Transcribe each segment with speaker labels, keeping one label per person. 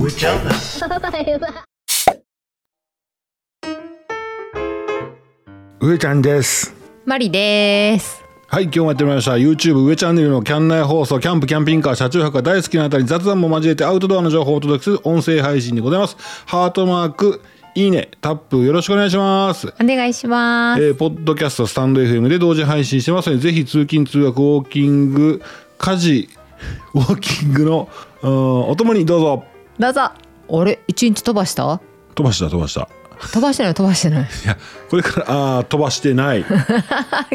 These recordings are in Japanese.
Speaker 1: 植えちゃうな。
Speaker 2: 上ちゃんです
Speaker 3: マリです。
Speaker 2: はい今日もやってまいりました YouTube 上チャンネルのキャン内放送キャンプキャンピングカー車中泊が大好きなあたり雑談も交えてアウトドアの情報をお届けする音声配信でございますハートマークいいねタップよろしくお願いします
Speaker 3: お願いします。
Speaker 2: えーポッドキャストスタンド FM で同時配信してますのでぜひ通勤通学ウォーキング家事 ウォーキングのうんお供にどうぞ
Speaker 3: どうぞ。あれ一日飛ばした？
Speaker 2: 飛ばした飛ばした
Speaker 3: 飛ばしてない飛ばして ない。
Speaker 2: いやこれからあー飛ばしてない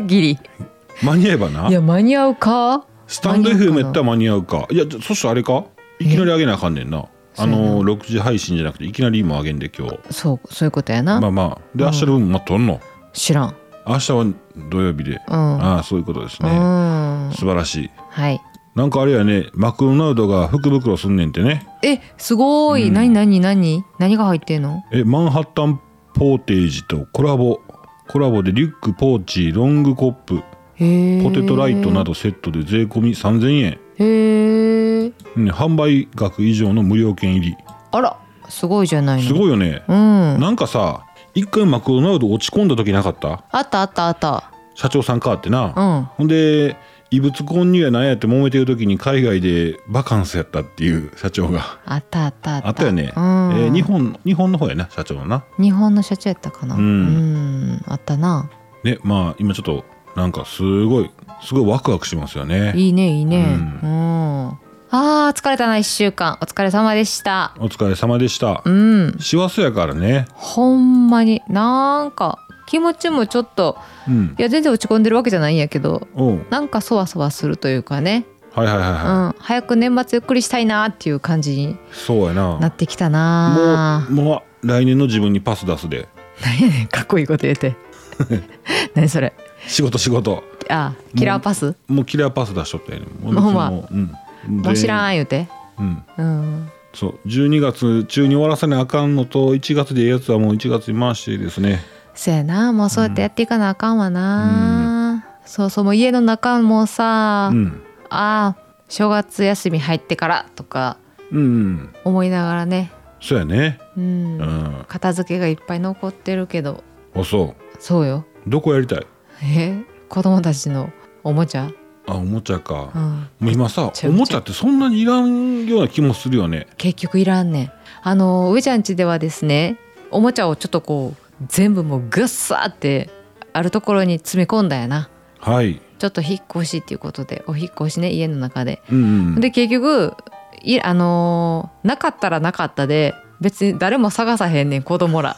Speaker 3: ギリ。
Speaker 2: 間に合えば ない
Speaker 3: や間に合うか？
Speaker 2: スタンド
Speaker 3: 間に合
Speaker 2: FM
Speaker 3: うかな
Speaker 2: やったら間に合うかいやじゃそしたらあれかいきなり上げなあかんねんなあの6時配信じゃなくていきなり今上げんで今日
Speaker 3: そうそういうことやな。
Speaker 2: まあまあで明日の分待っとんの
Speaker 3: 知らん。
Speaker 2: 明日は土曜日で、ああそういうことです
Speaker 3: う
Speaker 2: ね
Speaker 3: ん。
Speaker 2: 素晴らしい
Speaker 3: はい。
Speaker 2: なんかあれやねマクドナルドが福袋すんねんってね
Speaker 3: えすごい。何何何何が入ってんの？
Speaker 2: えマンハッタンポーテージとコラボコラボでリュックポーチロングコップ
Speaker 3: へえ。
Speaker 2: ポテトライトなどセットで税込み3000円、
Speaker 3: へえ。
Speaker 2: うん販売額以上の無料券入り
Speaker 3: あらすごいじゃないの。
Speaker 2: すごいよね、
Speaker 3: うん。
Speaker 2: なんかさ一回マクドナルド落ち込んだ時なかった
Speaker 3: あったあったあった。
Speaker 2: 社長さんかってな、
Speaker 3: うん。
Speaker 2: ほんで異物混入やなんやって揉めてる時に海外でバカンスやったっていう 社長が
Speaker 3: あったあったあった。
Speaker 2: あったよね、
Speaker 3: うん。
Speaker 2: えー日本日本の方やな社長のな
Speaker 3: 日本の社長やったかな。
Speaker 2: うん
Speaker 3: うん。あったな。
Speaker 2: ねまあ今ちょっとなんかすごいすごいワクワクしますよね
Speaker 3: いいねいいね。
Speaker 2: う
Speaker 3: うん。あー疲れたな一週間お疲れ様でした。
Speaker 2: お疲れ様でした
Speaker 3: うん。
Speaker 2: 師走やからね
Speaker 3: ほんまになんか気持ちもちょっと
Speaker 2: うん
Speaker 3: いや全然落ち込んでるわけじゃないんやけど。
Speaker 2: おう
Speaker 3: なんかそわそわするというかね、
Speaker 2: はいはいはいは
Speaker 3: うん、早く年末ゆっくりしたいなっていう感じに
Speaker 2: いそうやな
Speaker 3: なってきたな
Speaker 2: もうもう来年の自分にパス出すで
Speaker 3: 何やねん かっこいいこと言うて何それ
Speaker 2: 仕事仕事
Speaker 3: あキラーパス
Speaker 2: もうキラーパス出しとったよねも
Speaker 3: ほん
Speaker 2: 別
Speaker 3: ま
Speaker 2: にもううん
Speaker 3: もう知らん言うて、
Speaker 2: 全員うん
Speaker 3: うん、
Speaker 2: そう12月中に終わらせなあかんのと1月でええやつはもう1月に回してですね
Speaker 3: そやなもうそうやってやっていかなあかんわな、そうそうもう家の中もさ、
Speaker 2: うん
Speaker 3: ああ正月休み入ってからとか
Speaker 2: うんうん
Speaker 3: 思いながらね、
Speaker 2: そうやね
Speaker 3: うん
Speaker 2: うん
Speaker 3: 片付けがいっぱい残ってるけど
Speaker 2: あそ
Speaker 3: そうよ
Speaker 2: うどこやりたい
Speaker 3: え子供たちのおもちゃ、
Speaker 2: あおもちゃか
Speaker 3: うん、
Speaker 2: もう今さ
Speaker 3: ち
Speaker 2: お
Speaker 3: ゃうちゃう
Speaker 2: もちゃってそんなにいらんような気もするよね
Speaker 3: 結局いらんねんあの上ちゃん家ではですねおもちゃをちょっとこう全部もうぐっさーってあるところに詰め込んだやな
Speaker 2: はい
Speaker 3: ちょっと引っ越しっていうことでお引っ越しね家の中で
Speaker 2: うんうん
Speaker 3: で結局いあのーなかったらなかったで別に誰も探さへんねん子供 ら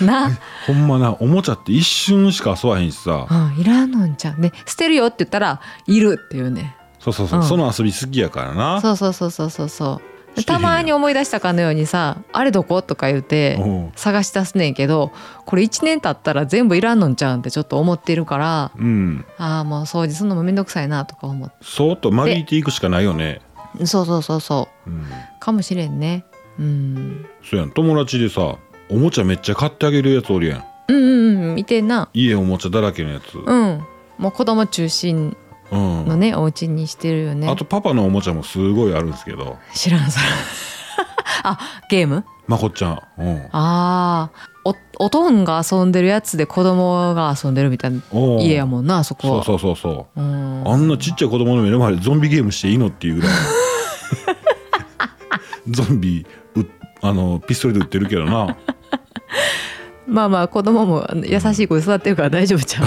Speaker 3: な、
Speaker 2: ほんまなおもちゃって一瞬しか遊ばへんしさ
Speaker 3: うん、いらんのんちゃうで捨てるよって言ったらいるっていうね
Speaker 2: そうそうそう、
Speaker 3: うん
Speaker 2: その遊び好きやから な
Speaker 3: そうそうそうそうそうそうで
Speaker 2: してへんや
Speaker 3: た
Speaker 2: ん
Speaker 3: まに思い出したかのようにさ「あれどこ?」とか言って
Speaker 2: おう
Speaker 3: 探し出すねんけどこれ1年経ったら全部いらんのんちゃうんってちょっと思ってるから
Speaker 2: うん
Speaker 3: ああもう掃除するのもめんどくさいなとか思って
Speaker 2: そーっと間引いていくしかないよね
Speaker 3: そうそうそうそ
Speaker 2: うん
Speaker 3: うかもしれんねうん
Speaker 2: そうやん友達でさおもちゃめっちゃ買ってあげるやつおるやん
Speaker 3: うんうんうん見てんな
Speaker 2: 家おもちゃだらけのやつ
Speaker 3: うんもう子供中心
Speaker 2: うん
Speaker 3: のねお家にしてるよね
Speaker 2: あとパパのおもちゃもすごいあるんですけど
Speaker 3: 知らんそれ あゲーム
Speaker 2: まこっちゃん、うん、
Speaker 3: ああおおとんが遊んでるやつで子供が遊んでるみたいな
Speaker 2: おう
Speaker 3: 家やもんなあそこ
Speaker 2: そ
Speaker 3: は
Speaker 2: うそうそうそううんあんなちっちゃい子供の目の前でゾンビゲームしていいのっていうぐらい ゾンビうあのピストルで撃ってるけどな
Speaker 3: まあまあ子供も優しい子で育ってるから大丈夫ちゃう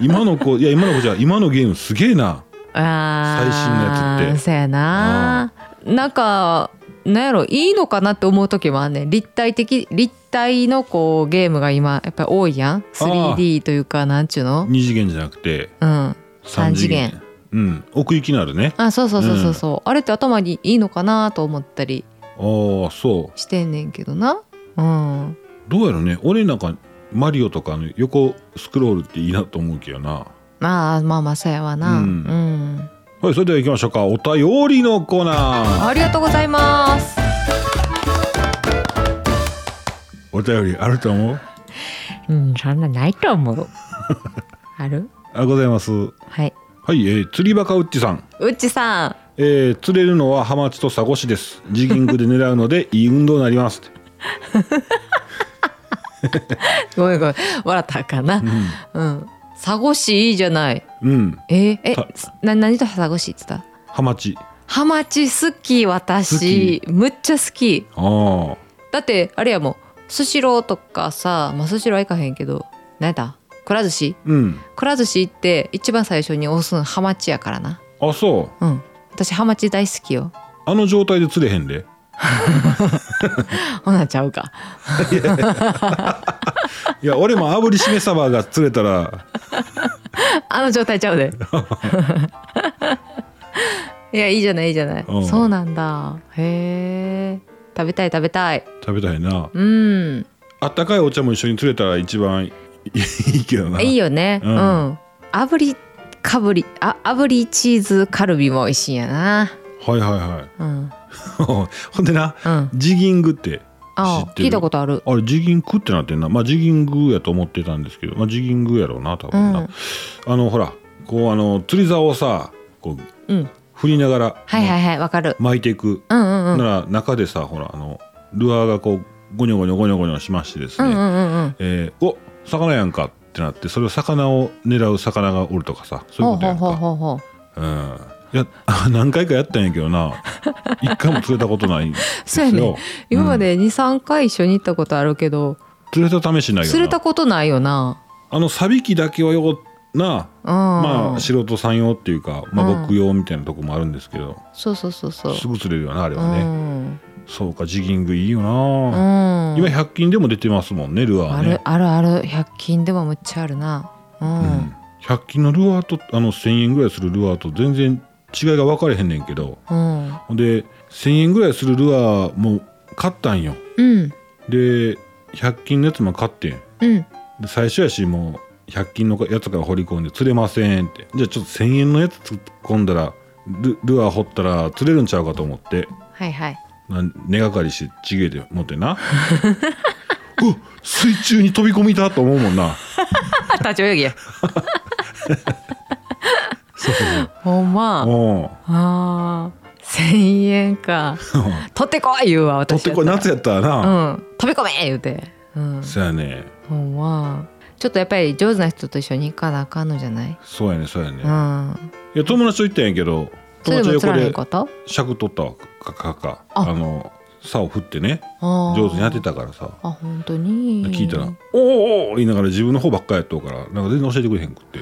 Speaker 2: 今の子いや今の子じゃ今のゲームすげえな
Speaker 3: あー
Speaker 2: 最新のやつって
Speaker 3: そうやななんかなんやろいいのかなって思う時もあんねん立体的立体のこうゲームが今やっぱり多いやん 3D というかなんちゅうの
Speaker 2: 二次元じゃなくて
Speaker 3: うん
Speaker 2: 三次元
Speaker 3: 三
Speaker 2: うん奥行きのあるね
Speaker 3: あそうそうそうそうそう、あれって頭にいいのかなと思ったり
Speaker 2: ああそ
Speaker 3: してんねんけどなうん
Speaker 2: うどうやろね俺なんかマリオとかの横スクロールっていいなと思うけどな
Speaker 3: まあまあまあそうやわな
Speaker 2: う
Speaker 3: うんん、
Speaker 2: はいそれでは行きましょうかお便りのコーナー
Speaker 3: ありがとうございます
Speaker 2: お便りあると思う
Speaker 3: うんそんなないと思 うある
Speaker 2: あございます
Speaker 3: はい
Speaker 2: はい、えー、釣りバカウッチさん
Speaker 3: うっちさん
Speaker 2: えー釣れるのはハマチとサゴシですジギングで狙うので いい運動になりますって
Speaker 3: ごめんごめん笑ったらあかんなうん、サゴシいいじゃない
Speaker 2: うん
Speaker 3: えーえ
Speaker 2: た
Speaker 3: な何とサゴシって言った
Speaker 2: ハマチ
Speaker 3: ハマチ好き私むっちゃ好き
Speaker 2: ああ
Speaker 3: だってあれやもんスシローとかさまあスシローはいかへんけど何やったくら寿司
Speaker 2: うん
Speaker 3: くら寿司って一番最初に押すのハマチやからな
Speaker 2: あそう
Speaker 3: うん私ハマチ大好きよ
Speaker 2: あの状態で釣れへんで
Speaker 3: ほなちゃうか
Speaker 2: いや俺も炙りしめサバが釣れたら
Speaker 3: あの状態ちゃう でいやいいじゃないいいじゃない、
Speaker 2: うん
Speaker 3: そうなんだへえ食べたい食べたい
Speaker 2: 食べたいな
Speaker 3: うん
Speaker 2: あったかいお茶も一緒に釣れたら一番いい いいけどない
Speaker 3: いよね
Speaker 2: う
Speaker 3: うんん、炙りかぶりあ炙りチーズカルビも美味しいんやな
Speaker 2: はいはいはい
Speaker 3: うん
Speaker 2: ほんでな
Speaker 3: うん
Speaker 2: ジギングって
Speaker 3: あ
Speaker 2: 知ってる
Speaker 3: 聞いたことある
Speaker 2: あれジギングってなってんなまあジギングやと思ってたんですけどまあジギングやろうな多分な、
Speaker 3: うん
Speaker 2: あのほらこうあの釣り竿をさこう
Speaker 3: うん
Speaker 2: 振りながら
Speaker 3: はいはいはいわかる
Speaker 2: 巻いていく、
Speaker 3: うんうんうん
Speaker 2: なら中でさほらあのルアーがこうゴニョゴニョゴニョゴニョしましてです
Speaker 3: う
Speaker 2: ね、
Speaker 3: んうんうんうん
Speaker 2: えーお魚やんかってなってそれを魚を狙う魚がおるとかさそういう
Speaker 3: ほう
Speaker 2: ことや
Speaker 3: ほうんほう
Speaker 2: か
Speaker 3: ほうほう
Speaker 2: うんいや何回かやったんやけどな 一回も釣れたことないんです
Speaker 3: そうやね
Speaker 2: よ
Speaker 3: 今まで23回一緒に行ったことあるけど
Speaker 2: 釣れた試しないよな
Speaker 3: 釣れたことないよな
Speaker 2: あのサビキだけはよな
Speaker 3: うん
Speaker 2: まあ素人さん用っていうか、ま
Speaker 3: う
Speaker 2: あ、
Speaker 3: ん
Speaker 2: 僕用みたいなとこもあるんですけど、
Speaker 3: そうそうそうそう
Speaker 2: すぐ釣れるよなあれは
Speaker 3: う
Speaker 2: ね、
Speaker 3: ん
Speaker 2: そうかジギングいいよ
Speaker 3: う
Speaker 2: な、
Speaker 3: ん
Speaker 2: 今100均でも出てますもんねルア
Speaker 3: あ
Speaker 2: ーね
Speaker 3: るあるある100均でもむっちゃあるなうん、
Speaker 2: うん、100均のルアーとあの1,000円ぐらいするルアーと全然違いが分かれへんねんけど
Speaker 3: うん
Speaker 2: ほんで1,000円ぐらいするルアーも買ったんよ
Speaker 3: うん
Speaker 2: で100均のやつも買ってん
Speaker 3: うん
Speaker 2: で最初やしもう100均のやつから掘り込んで釣れませんってじゃあちょっと1,000円のやつ突っ込んだらルルアー掘ったら釣れるんちゃうかと思って
Speaker 3: はいはい
Speaker 2: な根がかりしてちげえで持って なうわ水中に飛び込みたと思うもんな
Speaker 3: あ立ち泳ぎや
Speaker 2: そうそうそう
Speaker 3: ほん ま
Speaker 2: おう
Speaker 3: あー1000円 か取ってこい言うわ
Speaker 2: 取っ
Speaker 3: 私
Speaker 2: てこい夏やったらな、
Speaker 3: うん飛び込め言うてうん
Speaker 2: そうやね
Speaker 3: ほんまちょっとやっぱり上手な人と一緒に行かなあかんのじゃない
Speaker 2: そうやねそうやね、
Speaker 3: う
Speaker 2: い
Speaker 3: ん
Speaker 2: や友達と行ったんやけど
Speaker 3: そ
Speaker 2: 友
Speaker 3: れで
Speaker 2: 達横
Speaker 3: も釣られん
Speaker 2: で
Speaker 3: かった
Speaker 2: 尺取ったわかかかあ
Speaker 3: あ
Speaker 2: の竿を振ってね上
Speaker 3: 上
Speaker 2: 手に当てたからさ
Speaker 3: あ本当に
Speaker 2: 聞いたら「おーおー言いながら自分の方ばっかやっとうからなんか全然教えてくれへんくって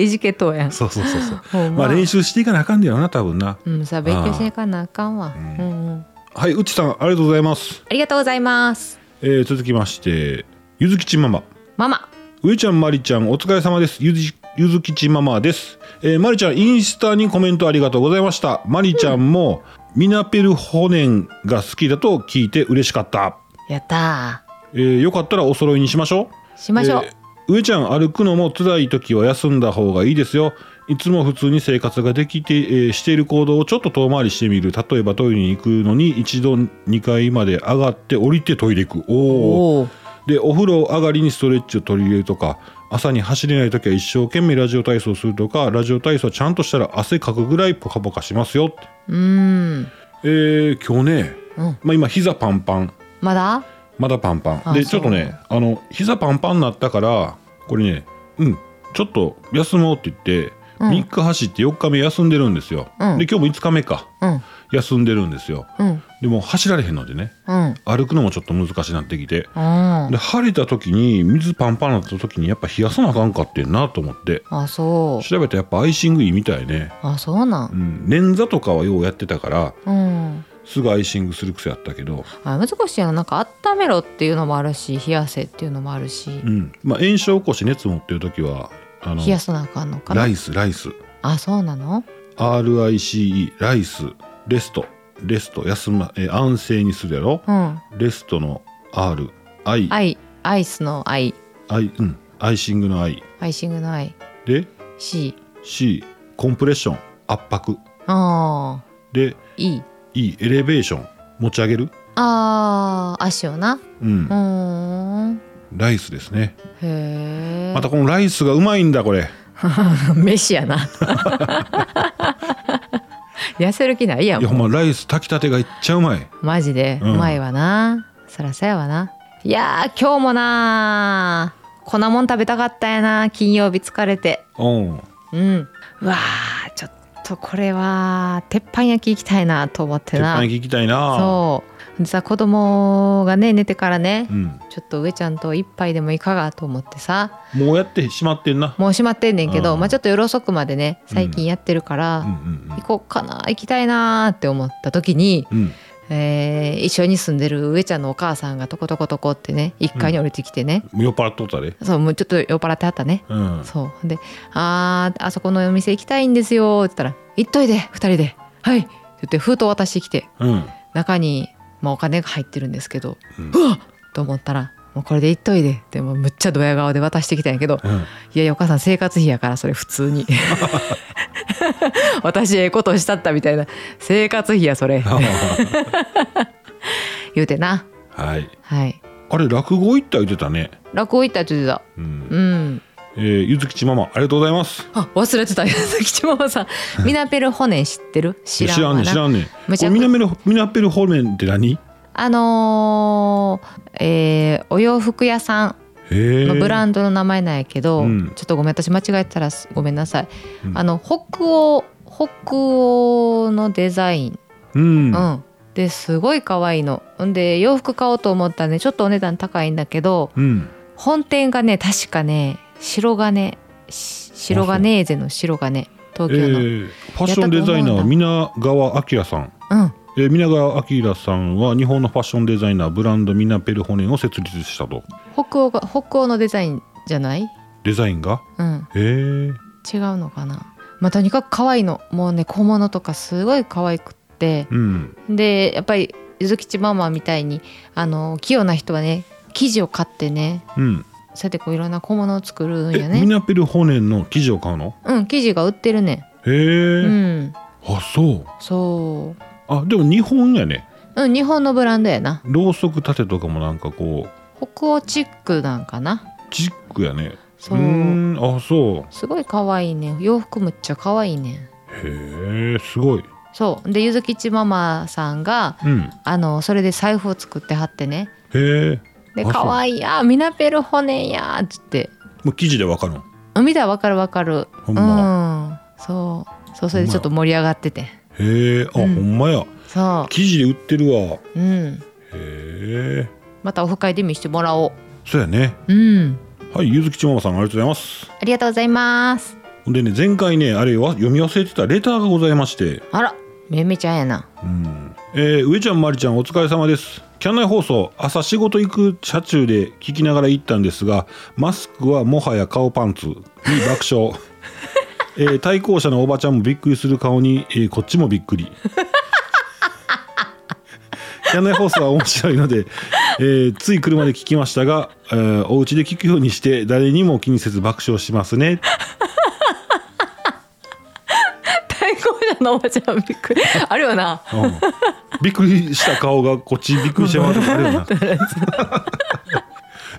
Speaker 3: いじけとうや ん
Speaker 2: そうそうそう そう
Speaker 3: ほん
Speaker 2: まあ練習していかなあかんだよな多分な
Speaker 3: うんさ勉強しに行かなあかんわ
Speaker 2: あ
Speaker 3: う
Speaker 2: ー
Speaker 3: ん
Speaker 2: う
Speaker 3: うん
Speaker 2: はいうちさんありがとうございます、
Speaker 3: ありがとうございます
Speaker 2: えー続きましてゆずきちママ
Speaker 3: ママ
Speaker 2: 上ちゃんまりちゃんお疲れ様ですゆずゆずきちママです、えー、まりちゃんインスタにコメントありがとうございましたまりちゃんも、ミナペルホネンが好きだと聞いて嬉しかった、
Speaker 3: やった
Speaker 2: えー、よかったらお揃いにしましょう
Speaker 3: ーしましょう
Speaker 2: えー上ちゃん歩くのも辛い時は休んだ方がいいですよいつも普通に生活ができて、えーしている行動をちょっと遠回りしてみる例えばトイレに行くのに一度2階まで上がって降りてトイレ行くおお
Speaker 3: おお
Speaker 2: でお風呂上がりにストレッチを取り入れるとか朝に走れない時は一生懸命ラジオ体操するとかラジオ体操ちゃんとしたら汗かくぐらいポカポカしますよって
Speaker 3: うーん
Speaker 2: えー、今日ね、
Speaker 3: うん
Speaker 2: まあ、今膝パンパン
Speaker 3: まだ
Speaker 2: まだパンパン
Speaker 3: あ
Speaker 2: でち
Speaker 3: そ
Speaker 2: ょっ
Speaker 3: う
Speaker 2: とねあの膝パンパンになったからこれねうんちょっと休もうって言って、
Speaker 3: うん
Speaker 2: 3日走って4日目休んでるんですよ、
Speaker 3: うん
Speaker 2: で今日も5日目か
Speaker 3: うん
Speaker 2: 休んでるんですよ
Speaker 3: うん
Speaker 2: でも走られへんのでね
Speaker 3: うん
Speaker 2: 歩くのもちょっと難しくなってきて
Speaker 3: あ
Speaker 2: で晴れた時に水パンパンになった時にやっぱ冷やさなあかんかってんなと思って
Speaker 3: あそう
Speaker 2: 調べたらやっぱアイシングいいみたいね、
Speaker 3: あそうな
Speaker 2: うんん、捻挫とかはようやってたから
Speaker 3: うん
Speaker 2: すぐアイシングする癖あったけど、
Speaker 3: あ難しいななんか温めろっていうのもあるし冷やせっていうのもあるし
Speaker 2: うんまあ、炎症起こし熱持ってる時はあの
Speaker 3: 冷やさなあかんのか
Speaker 2: ラ
Speaker 3: な
Speaker 2: イスライス
Speaker 3: あそうなの
Speaker 2: RICE ライスレストレスト休まえ安静にするやろ
Speaker 3: うん
Speaker 2: レストの R ア
Speaker 3: アイアイスのアイ
Speaker 2: イうん、アイシングの I
Speaker 3: アイシングのアイ
Speaker 2: で
Speaker 3: C
Speaker 2: C コンプレッション圧迫
Speaker 3: ああ
Speaker 2: で
Speaker 3: E
Speaker 2: E エレベーション持ち上げる
Speaker 3: あー足をな
Speaker 2: うん
Speaker 3: う、ーん
Speaker 2: ライスですね
Speaker 3: へえ
Speaker 2: またこのライスがうまいんだこれ
Speaker 3: 飯やな痩せる気ないやん
Speaker 2: いやほんまライス炊きたてがいっちゃうまい
Speaker 3: マジで
Speaker 2: う
Speaker 3: うんまいわな、そらそやわないやー今日もなーこんなもん食べたかったやな金曜日疲れて
Speaker 2: うん
Speaker 3: うんうわーちょっとこれは鉄板焼き行きたいなと思って
Speaker 2: 鉄
Speaker 3: な
Speaker 2: 板焼き行きたいな
Speaker 3: そう実は子供がね寝てからね、
Speaker 2: うん、
Speaker 3: ちょっと上ちゃんと一杯でもいかがと思ってさ
Speaker 2: もうやってしまってんな
Speaker 3: もう閉まってんねんけど、
Speaker 2: うん
Speaker 3: まあちょっと夜遅くまでね最近やってるか
Speaker 2: う
Speaker 3: ら
Speaker 2: ん、うん
Speaker 3: 行こうかな行きたいなーって思った時に、
Speaker 2: うんうん
Speaker 3: えー一緒に住んでる上ちゃんのお母さんがトコトコトコってね1階に降りてきてね、
Speaker 2: もう酔っ払っとったで
Speaker 3: そうもうちょっと酔っ払ってはったね、
Speaker 2: うん
Speaker 3: そうで「あーあそこのお店行きたいんですよ」って言ったら「行っといで2人ではい」って言って封筒渡してきて
Speaker 2: うん
Speaker 3: 中に、まあ、お金が入ってるんですけど、
Speaker 2: う
Speaker 3: うんわっと思ったら「もうこれで行っといで」ってもうむっちゃドヤ顔で渡してきたんやけど
Speaker 2: うん
Speaker 3: いやいやお母さん生活費やからそれ普通 に私ええことしたったみたいな生活費やそれ言うてな
Speaker 2: はい
Speaker 3: はい
Speaker 2: あれ落語行った言ってたね
Speaker 3: 落語行ったって言ってた
Speaker 2: うん
Speaker 3: うん
Speaker 2: えーゆずきちママありがとうございます
Speaker 3: あ忘れてた 吉ママさんミナペル骨知ってる 知らんわ
Speaker 2: ね
Speaker 3: な
Speaker 2: 知らんね
Speaker 3: む
Speaker 2: こ
Speaker 3: ち
Speaker 2: れ
Speaker 3: ゃく
Speaker 2: ミナペルミナペル方面って何へ
Speaker 3: あのーえーお洋服屋さん
Speaker 2: え
Speaker 3: のブランドの名前なんやけど、
Speaker 2: うん
Speaker 3: ちょっとごめん私間違えたらすごめんなさい、
Speaker 2: うん
Speaker 3: あの北欧北欧のデザイン、
Speaker 2: うん
Speaker 3: う
Speaker 2: うん
Speaker 3: ん、ですごい可愛いのんで洋服買おうと思ったらねちょっとお値段高いんだけど
Speaker 2: うん
Speaker 3: 本店がね確かね白金し白金エーゼの白金
Speaker 2: え
Speaker 3: 東京の、
Speaker 2: ーファッションデザイナーは皆川明さん
Speaker 3: うん
Speaker 2: えー皆川明さんは日本のファッションデザイナーブランドミナペルホネンを設立したと
Speaker 3: 北欧が北欧のデザインじゃない、
Speaker 2: デザインが
Speaker 3: うん、
Speaker 2: へえ
Speaker 3: 違うのかな、まあ、とにかく可愛いのもうね小物とかすごい可愛くって、
Speaker 2: うん
Speaker 3: でやっぱりゆずきちママみたいにあの器用な人はね生地を買ってね
Speaker 2: うん
Speaker 3: そうやってこういろんな小物を作るん
Speaker 2: え
Speaker 3: や
Speaker 2: ミ
Speaker 3: ね
Speaker 2: ナペルホネンの生地を買うの
Speaker 3: うん生地が売ってるね
Speaker 2: へえ、
Speaker 3: うん
Speaker 2: あそう
Speaker 3: そ
Speaker 2: あでも日本やね
Speaker 3: ううん日本のブランドやな
Speaker 2: ろうそく立てとかもなんかこう
Speaker 3: 北欧チックなんかな
Speaker 2: チックやね
Speaker 3: そう
Speaker 2: うーんあそう
Speaker 3: すごい可愛いね洋服むっちゃ可愛いね
Speaker 2: へえすごい
Speaker 3: そうでゆずきちママさんが
Speaker 2: うん
Speaker 3: あのそれで財布を作ってはってね
Speaker 2: へえ
Speaker 3: で
Speaker 2: あそう
Speaker 3: 可愛いやミナペル骨やっつって
Speaker 2: もう生地でわかるの
Speaker 3: 見たらわかるわかる
Speaker 2: ほんま
Speaker 3: うんそうそうそれでちょっと盛り上がってて
Speaker 2: へえあ、
Speaker 3: うん
Speaker 2: ほんまや
Speaker 3: そ
Speaker 2: 生地で売ってるわ
Speaker 3: ううん
Speaker 2: へえ
Speaker 3: またオフ会で見してもらお
Speaker 2: そうやね
Speaker 3: ううん
Speaker 2: はいゆずきちママさんありがとうございます
Speaker 3: ありがとうございます
Speaker 2: ほんでね前回ねあれは読み忘れてたレターがございまして
Speaker 3: あらめめちゃんやな
Speaker 2: うんえー上ちゃんまりちゃんお疲れ様ですキャン内放送朝仕事行く車中で聞きながら行ったんですがマスクはもはや顔パンツに爆笑、 えー対向車のおばちゃんもびっくりする顔に、えーこっちもびっくり キャン内放送は面白いので、えーつい車で聞きましたが、えーお家で聞くようにして誰にも気にせず爆笑しますね
Speaker 3: 対抗者のおばちゃんびっくりあるよな
Speaker 2: うんびっくりした顔がこっちびっくりしてまうとかあるよ な。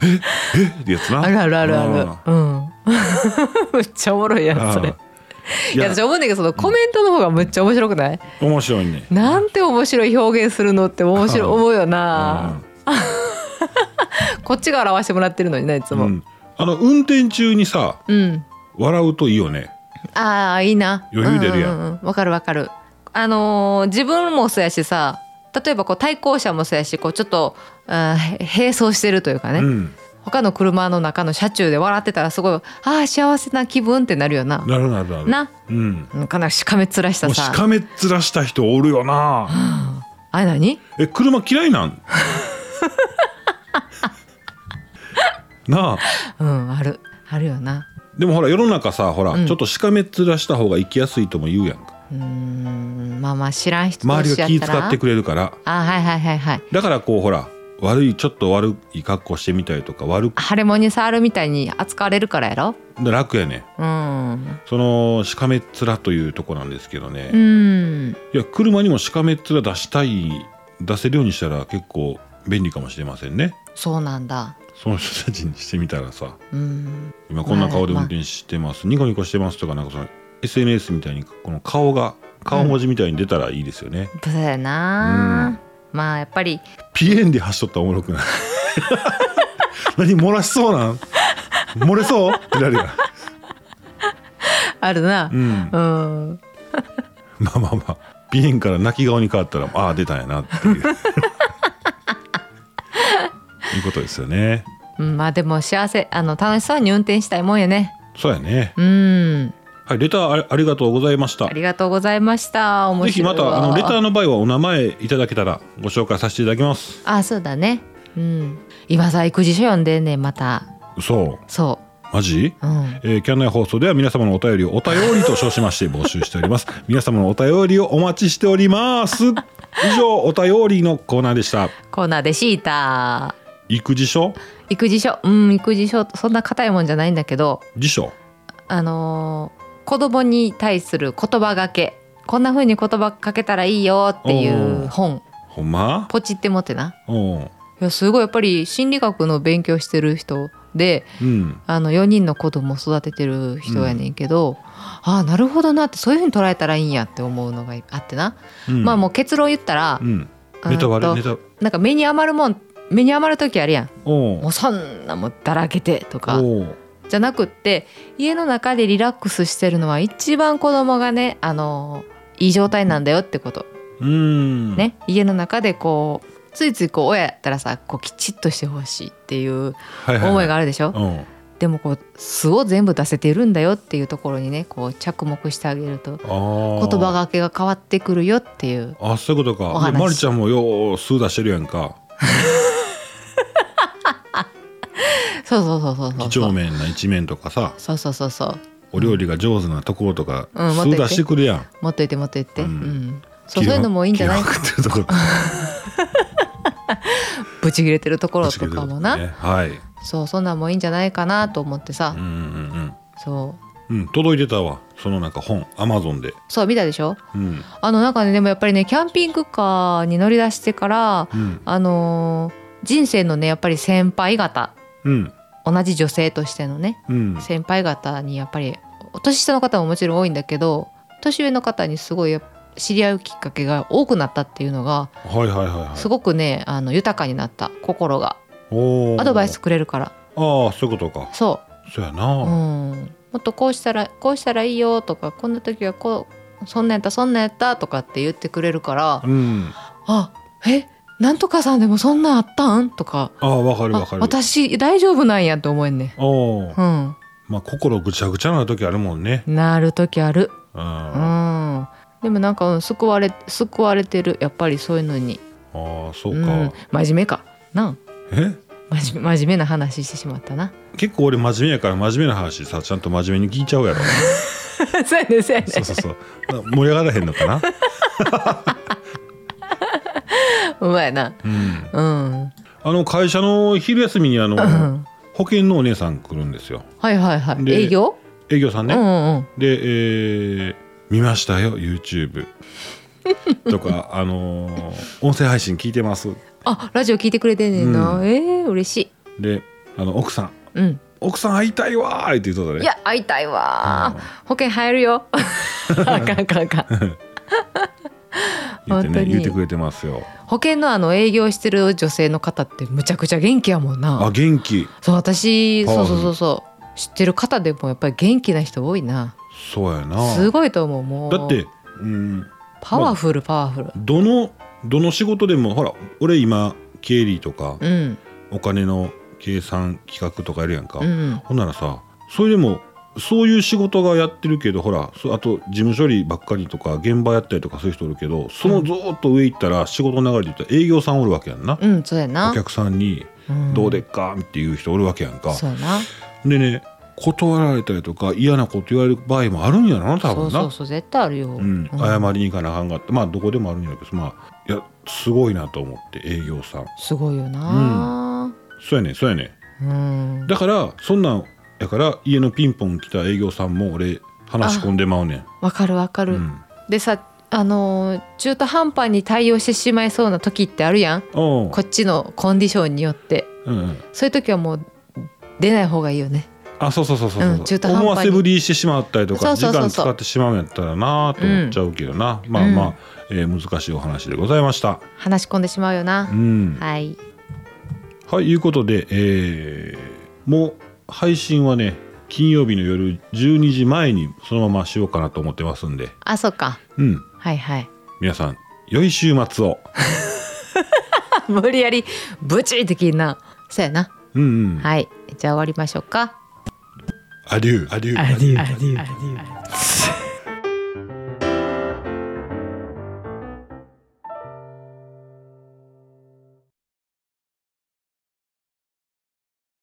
Speaker 2: ええってやつな。
Speaker 3: あるあるあるあるうん むっちゃおもろいや
Speaker 2: うん。
Speaker 3: んそれ
Speaker 2: い
Speaker 3: いや
Speaker 2: や
Speaker 3: 私思うんだけどそのコメントの方がむっちゃ面白くない
Speaker 2: 面白いね。
Speaker 3: なんて面白い表現するのって面白い思うよなこっちが表してもらってるのにねいつ
Speaker 2: うんう
Speaker 3: も
Speaker 2: んあの運転中にさ
Speaker 3: うん
Speaker 2: 笑うといいよね。
Speaker 3: ああいいな
Speaker 2: 余裕出るやん
Speaker 3: うううわかるわかるあのー自分もそうやしさ例えばこう対向車もそうやしこうちょっと、あーへ並走してるというかね、
Speaker 2: うん。
Speaker 3: 他の車の中の車中で笑ってたらすごいああ幸せな気分ってなるよな
Speaker 2: なるなるなる。
Speaker 3: な
Speaker 2: うん。
Speaker 3: なんかなしかめっ面し
Speaker 2: も
Speaker 3: た
Speaker 2: う
Speaker 3: さ
Speaker 2: しかめっ面した人おるよ な。
Speaker 3: あれ何
Speaker 2: え車嫌いなん なあ
Speaker 3: うんあるあるよな
Speaker 2: でもほら世の中さほら、
Speaker 3: うん
Speaker 2: ちょっとしかめっ面した方が生きやすいとも言うやんか
Speaker 3: うーんまあまあ知らん人同
Speaker 2: 周り
Speaker 3: 士
Speaker 2: が
Speaker 3: や
Speaker 2: 気
Speaker 3: ったら
Speaker 2: 使ってくれるから
Speaker 3: あはいはいはいはい
Speaker 2: だからこうほら悪いちょっと悪い格好してみたりとか悪く
Speaker 3: 腫れ物に触るみたいに扱われるからやろ
Speaker 2: 楽やね
Speaker 3: うん
Speaker 2: そのしかめっ面というとこなんですけどね、
Speaker 3: う
Speaker 2: い
Speaker 3: ん
Speaker 2: や車にもしかめっ面出したい出せるようにしたら結構便利かもしれませんね
Speaker 3: そうなんだ
Speaker 2: その人たちにしてみたらさ
Speaker 3: うん
Speaker 2: 今こんな顔で
Speaker 3: は
Speaker 2: 運
Speaker 3: い
Speaker 2: 転してます、ニコニコしてますとかなんかその SNS みたいにこの顔が顔文字みたいに出たらいいですよね、
Speaker 3: そうやな、まあやっぱり
Speaker 2: ピエンで走っとったらおもろくない 何漏らしそうなん漏れそうってなるやん
Speaker 3: あるな
Speaker 2: う、ん
Speaker 3: うん
Speaker 2: まあまあまあ鼻炎から泣き顔に変わったらああ出たんやなっていういうことですよね
Speaker 3: うんまあでも幸せあの楽しそうに運転したいもんやね
Speaker 2: そうやね
Speaker 3: うん
Speaker 2: はいレターありありがとうございました
Speaker 3: ありがとうございました面
Speaker 2: ぜひ
Speaker 3: 白いわ
Speaker 2: またあのレターの場合はお名前いただけたらご紹介させていただきます
Speaker 3: あそうだねうん今さ育児書読んでんねんまた
Speaker 2: そ
Speaker 3: そう
Speaker 2: マジ
Speaker 3: ううん
Speaker 2: えー、キャンナイ放送では皆様のお便りをお便りと称しまして募集しております。 皆様のお便りをお待ちしております。以上、お便りのコーナーでした。
Speaker 3: コーナーでシータ
Speaker 2: 育児書
Speaker 3: 育児書うん育児書そんな硬いもんじゃないんだけど
Speaker 2: 辞書
Speaker 3: あのー子供に対する言葉がけこんな風に言葉かけたらいいよっていう本
Speaker 2: ほんま
Speaker 3: ポチって持ってな
Speaker 2: うん。
Speaker 3: いやすごいやっぱり心理学の勉強してる人で
Speaker 2: うん。
Speaker 3: あの4人の子供を育ててる人やねんけど、ああなるほどなってそういうふうに捉えたらいいんやって思うのがあってな、
Speaker 2: うん
Speaker 3: まあもう結論言ったら、
Speaker 2: うん。ネタ割
Speaker 3: う
Speaker 2: れ、
Speaker 3: ん
Speaker 2: ネ
Speaker 3: と
Speaker 2: タ。
Speaker 3: なんか目に余るもん目に余る時あるやん
Speaker 2: お
Speaker 3: もうそんなもうだらけてとか
Speaker 2: おう
Speaker 3: じゃなくって家の中でリラックスしてるのは一番子供がねあのいい状態なんだよってこと、
Speaker 2: うん。。
Speaker 3: ね家の中でこうついついこう親やったらさこうきちっとしてほしいっていう
Speaker 2: はいはい。
Speaker 3: 思いがあるでしょ、
Speaker 2: うん。
Speaker 3: でもこう素を全部出せているんだよっていうところにねこう着目してあげると
Speaker 2: ああ。
Speaker 3: 言葉。がけが変わってくるよっていう
Speaker 2: あ、そういうことか。
Speaker 3: お話
Speaker 2: でまりちゃんもよう、数出してるやんか。
Speaker 3: そうそうそうそうそう
Speaker 2: 几
Speaker 3: そ
Speaker 2: 帳
Speaker 3: う
Speaker 2: 面な一面とかさ、
Speaker 3: そうそうそうそう
Speaker 2: お料理が上手なところとか、
Speaker 3: うん
Speaker 2: 数出してくるやん。
Speaker 3: 持っといて持っといて、
Speaker 2: う
Speaker 3: うんんそうそういうのもいいんじゃない
Speaker 2: 切れまくってるところ
Speaker 3: ブチ切れてるところとかもな、
Speaker 2: ねはい。う
Speaker 3: そうそんなんもいいんじゃないかなと思ってさ、
Speaker 2: んうん
Speaker 3: そう
Speaker 2: うん。うん、届いてたわ。そのなんか本、アマゾンで。
Speaker 3: そう見たでしょ
Speaker 2: うん。
Speaker 3: あのなんかねでもやっぱりねキャンピングカーに乗り出してから
Speaker 2: うん。
Speaker 3: あのー人生のねやっぱり先輩方
Speaker 2: うん。
Speaker 3: 同じ女性としてのね
Speaker 2: うん。
Speaker 3: 先輩方にやっぱりお年下の方ももちろん多いんだけど年上の方にすごいやっぱ知り合うきっかけが多くなったっていうのが
Speaker 2: はいはいはいはい。
Speaker 3: すごくねあの豊かになった心が
Speaker 2: おー
Speaker 3: アドバイス。くれるから
Speaker 2: ああ、そういうことか。
Speaker 3: そ
Speaker 2: そうや
Speaker 3: う、うん、
Speaker 2: な。
Speaker 3: もっとこうしたらこうしたらいいよとかこんな時はこうそんなんやったそんなんやったとかって言ってくれるから
Speaker 2: うん。
Speaker 3: あえなんとかさんでもそんなんあったんとか
Speaker 2: ああ、わかるわ
Speaker 3: あ
Speaker 2: かる。
Speaker 3: 私大丈夫なんやって思えんね
Speaker 2: おお。
Speaker 3: うん
Speaker 2: まあ、心ぐちゃぐちゃな時あるもんね。
Speaker 3: なる時ある
Speaker 2: うん。
Speaker 3: う
Speaker 2: あ
Speaker 3: ん、でもなんかうん救われ救われてるやっぱりそういうのに
Speaker 2: あ、そううんか。
Speaker 3: 真面目かなん
Speaker 2: え。
Speaker 3: 真面目真面目な話してしまったな
Speaker 2: 結構俺真面目やから真面目な話さちゃんと真面目に聞いちゃうや ろ
Speaker 3: そうやねそうやね
Speaker 2: そうそうそう盛り上がらへんのかな
Speaker 3: うまいな
Speaker 2: うん
Speaker 3: うん、
Speaker 2: あの会社の昼休みにあの
Speaker 3: うん、
Speaker 2: 保険のお姉さん来るんですよ
Speaker 3: はいはいは
Speaker 2: で
Speaker 3: い営業、
Speaker 2: 営業さん
Speaker 3: う
Speaker 2: ね、
Speaker 3: んうんうん
Speaker 2: で、えー見ましたよ YouTube とかあのー音声配信聞いてます
Speaker 3: あラジオ聞いてくれてんねんな、
Speaker 2: うん
Speaker 3: えー、嬉しい
Speaker 2: であの奥さん
Speaker 3: うん、
Speaker 2: 奥さん会いたいわーって言っとった
Speaker 3: い
Speaker 2: ね
Speaker 3: や会いたいわ
Speaker 2: うん
Speaker 3: ー保険入るよ あかんあかんあかん
Speaker 2: 言って
Speaker 3: 本当
Speaker 2: ね
Speaker 3: に
Speaker 2: 言ってくれてますよ
Speaker 3: 保険のあの営業してる女性の方ってむちゃくちゃ元気やもんな
Speaker 2: あ元気
Speaker 3: そう私
Speaker 2: パ
Speaker 3: そ
Speaker 2: ワ
Speaker 3: う
Speaker 2: フ
Speaker 3: そ
Speaker 2: ル
Speaker 3: うそうそう知ってる方でもやっぱり元気な人多いな
Speaker 2: そうやな
Speaker 3: すごいと思うもう
Speaker 2: だって、うん、
Speaker 3: パワフルパワフル
Speaker 2: どのどの仕事でもほら俺今経理とか
Speaker 3: うん
Speaker 2: お金の計算企画とかやるやんか、
Speaker 3: うん
Speaker 2: ほんならさそれでもそういう仕事がやってるけどほらそあと事務処理ばっかりとか現場やったりとかそういう人おるけどそのずーっと上行ったら仕事の流れで言ったら営業さんおるわけやんな、
Speaker 3: うんそうやな
Speaker 2: お客さんに「どうでっか?」っていう人おるわけやんか、
Speaker 3: そうやな
Speaker 2: でね断られたりとか嫌なこと言われる場合もあるんやろな多
Speaker 3: そう
Speaker 2: 分な
Speaker 3: そうそう絶対あるよ、
Speaker 2: うん、謝りに行かなあかんがってまあどこでもあるんやろうけどまあいやすごいなと思って営業さん
Speaker 3: すごいよな
Speaker 2: そうやねんそうやねん
Speaker 3: うん、
Speaker 2: だからそんなんやから家のピンポン来た営業さんも俺話し込んでまうねん、
Speaker 3: わかるわか
Speaker 2: う
Speaker 3: る、
Speaker 2: ん、
Speaker 3: でさあのー中途半端に対応してしまいそうな時ってあるやん
Speaker 2: おう
Speaker 3: こっちのコンディションによって
Speaker 2: うんうん
Speaker 3: そういう時はもう出ない方がいいよね
Speaker 2: あそうそうそうそう
Speaker 3: うん中途半端に
Speaker 2: 思わせぶりしてしまったりとか
Speaker 3: そうそうそうそう
Speaker 2: 時間使ってしまうんやったらなと思っちゃうけどな、まあまあ、えー難しいお話でございました。
Speaker 3: 話し込んでしまうよな
Speaker 2: う。ん、
Speaker 3: はい。
Speaker 2: はいいうことで、えーもう配信はね金曜日の夜12時前にそのまましようかなと思ってますんで、
Speaker 3: あ、そっか。
Speaker 2: うん、
Speaker 3: は いはい。
Speaker 2: 皆さん良い週末を。
Speaker 3: 無理やりブチって切んな。そうやな。
Speaker 2: うんうん、
Speaker 3: はい。じゃあ終わりましょうか。
Speaker 2: アデューアデュー
Speaker 3: アデュー。アデュー。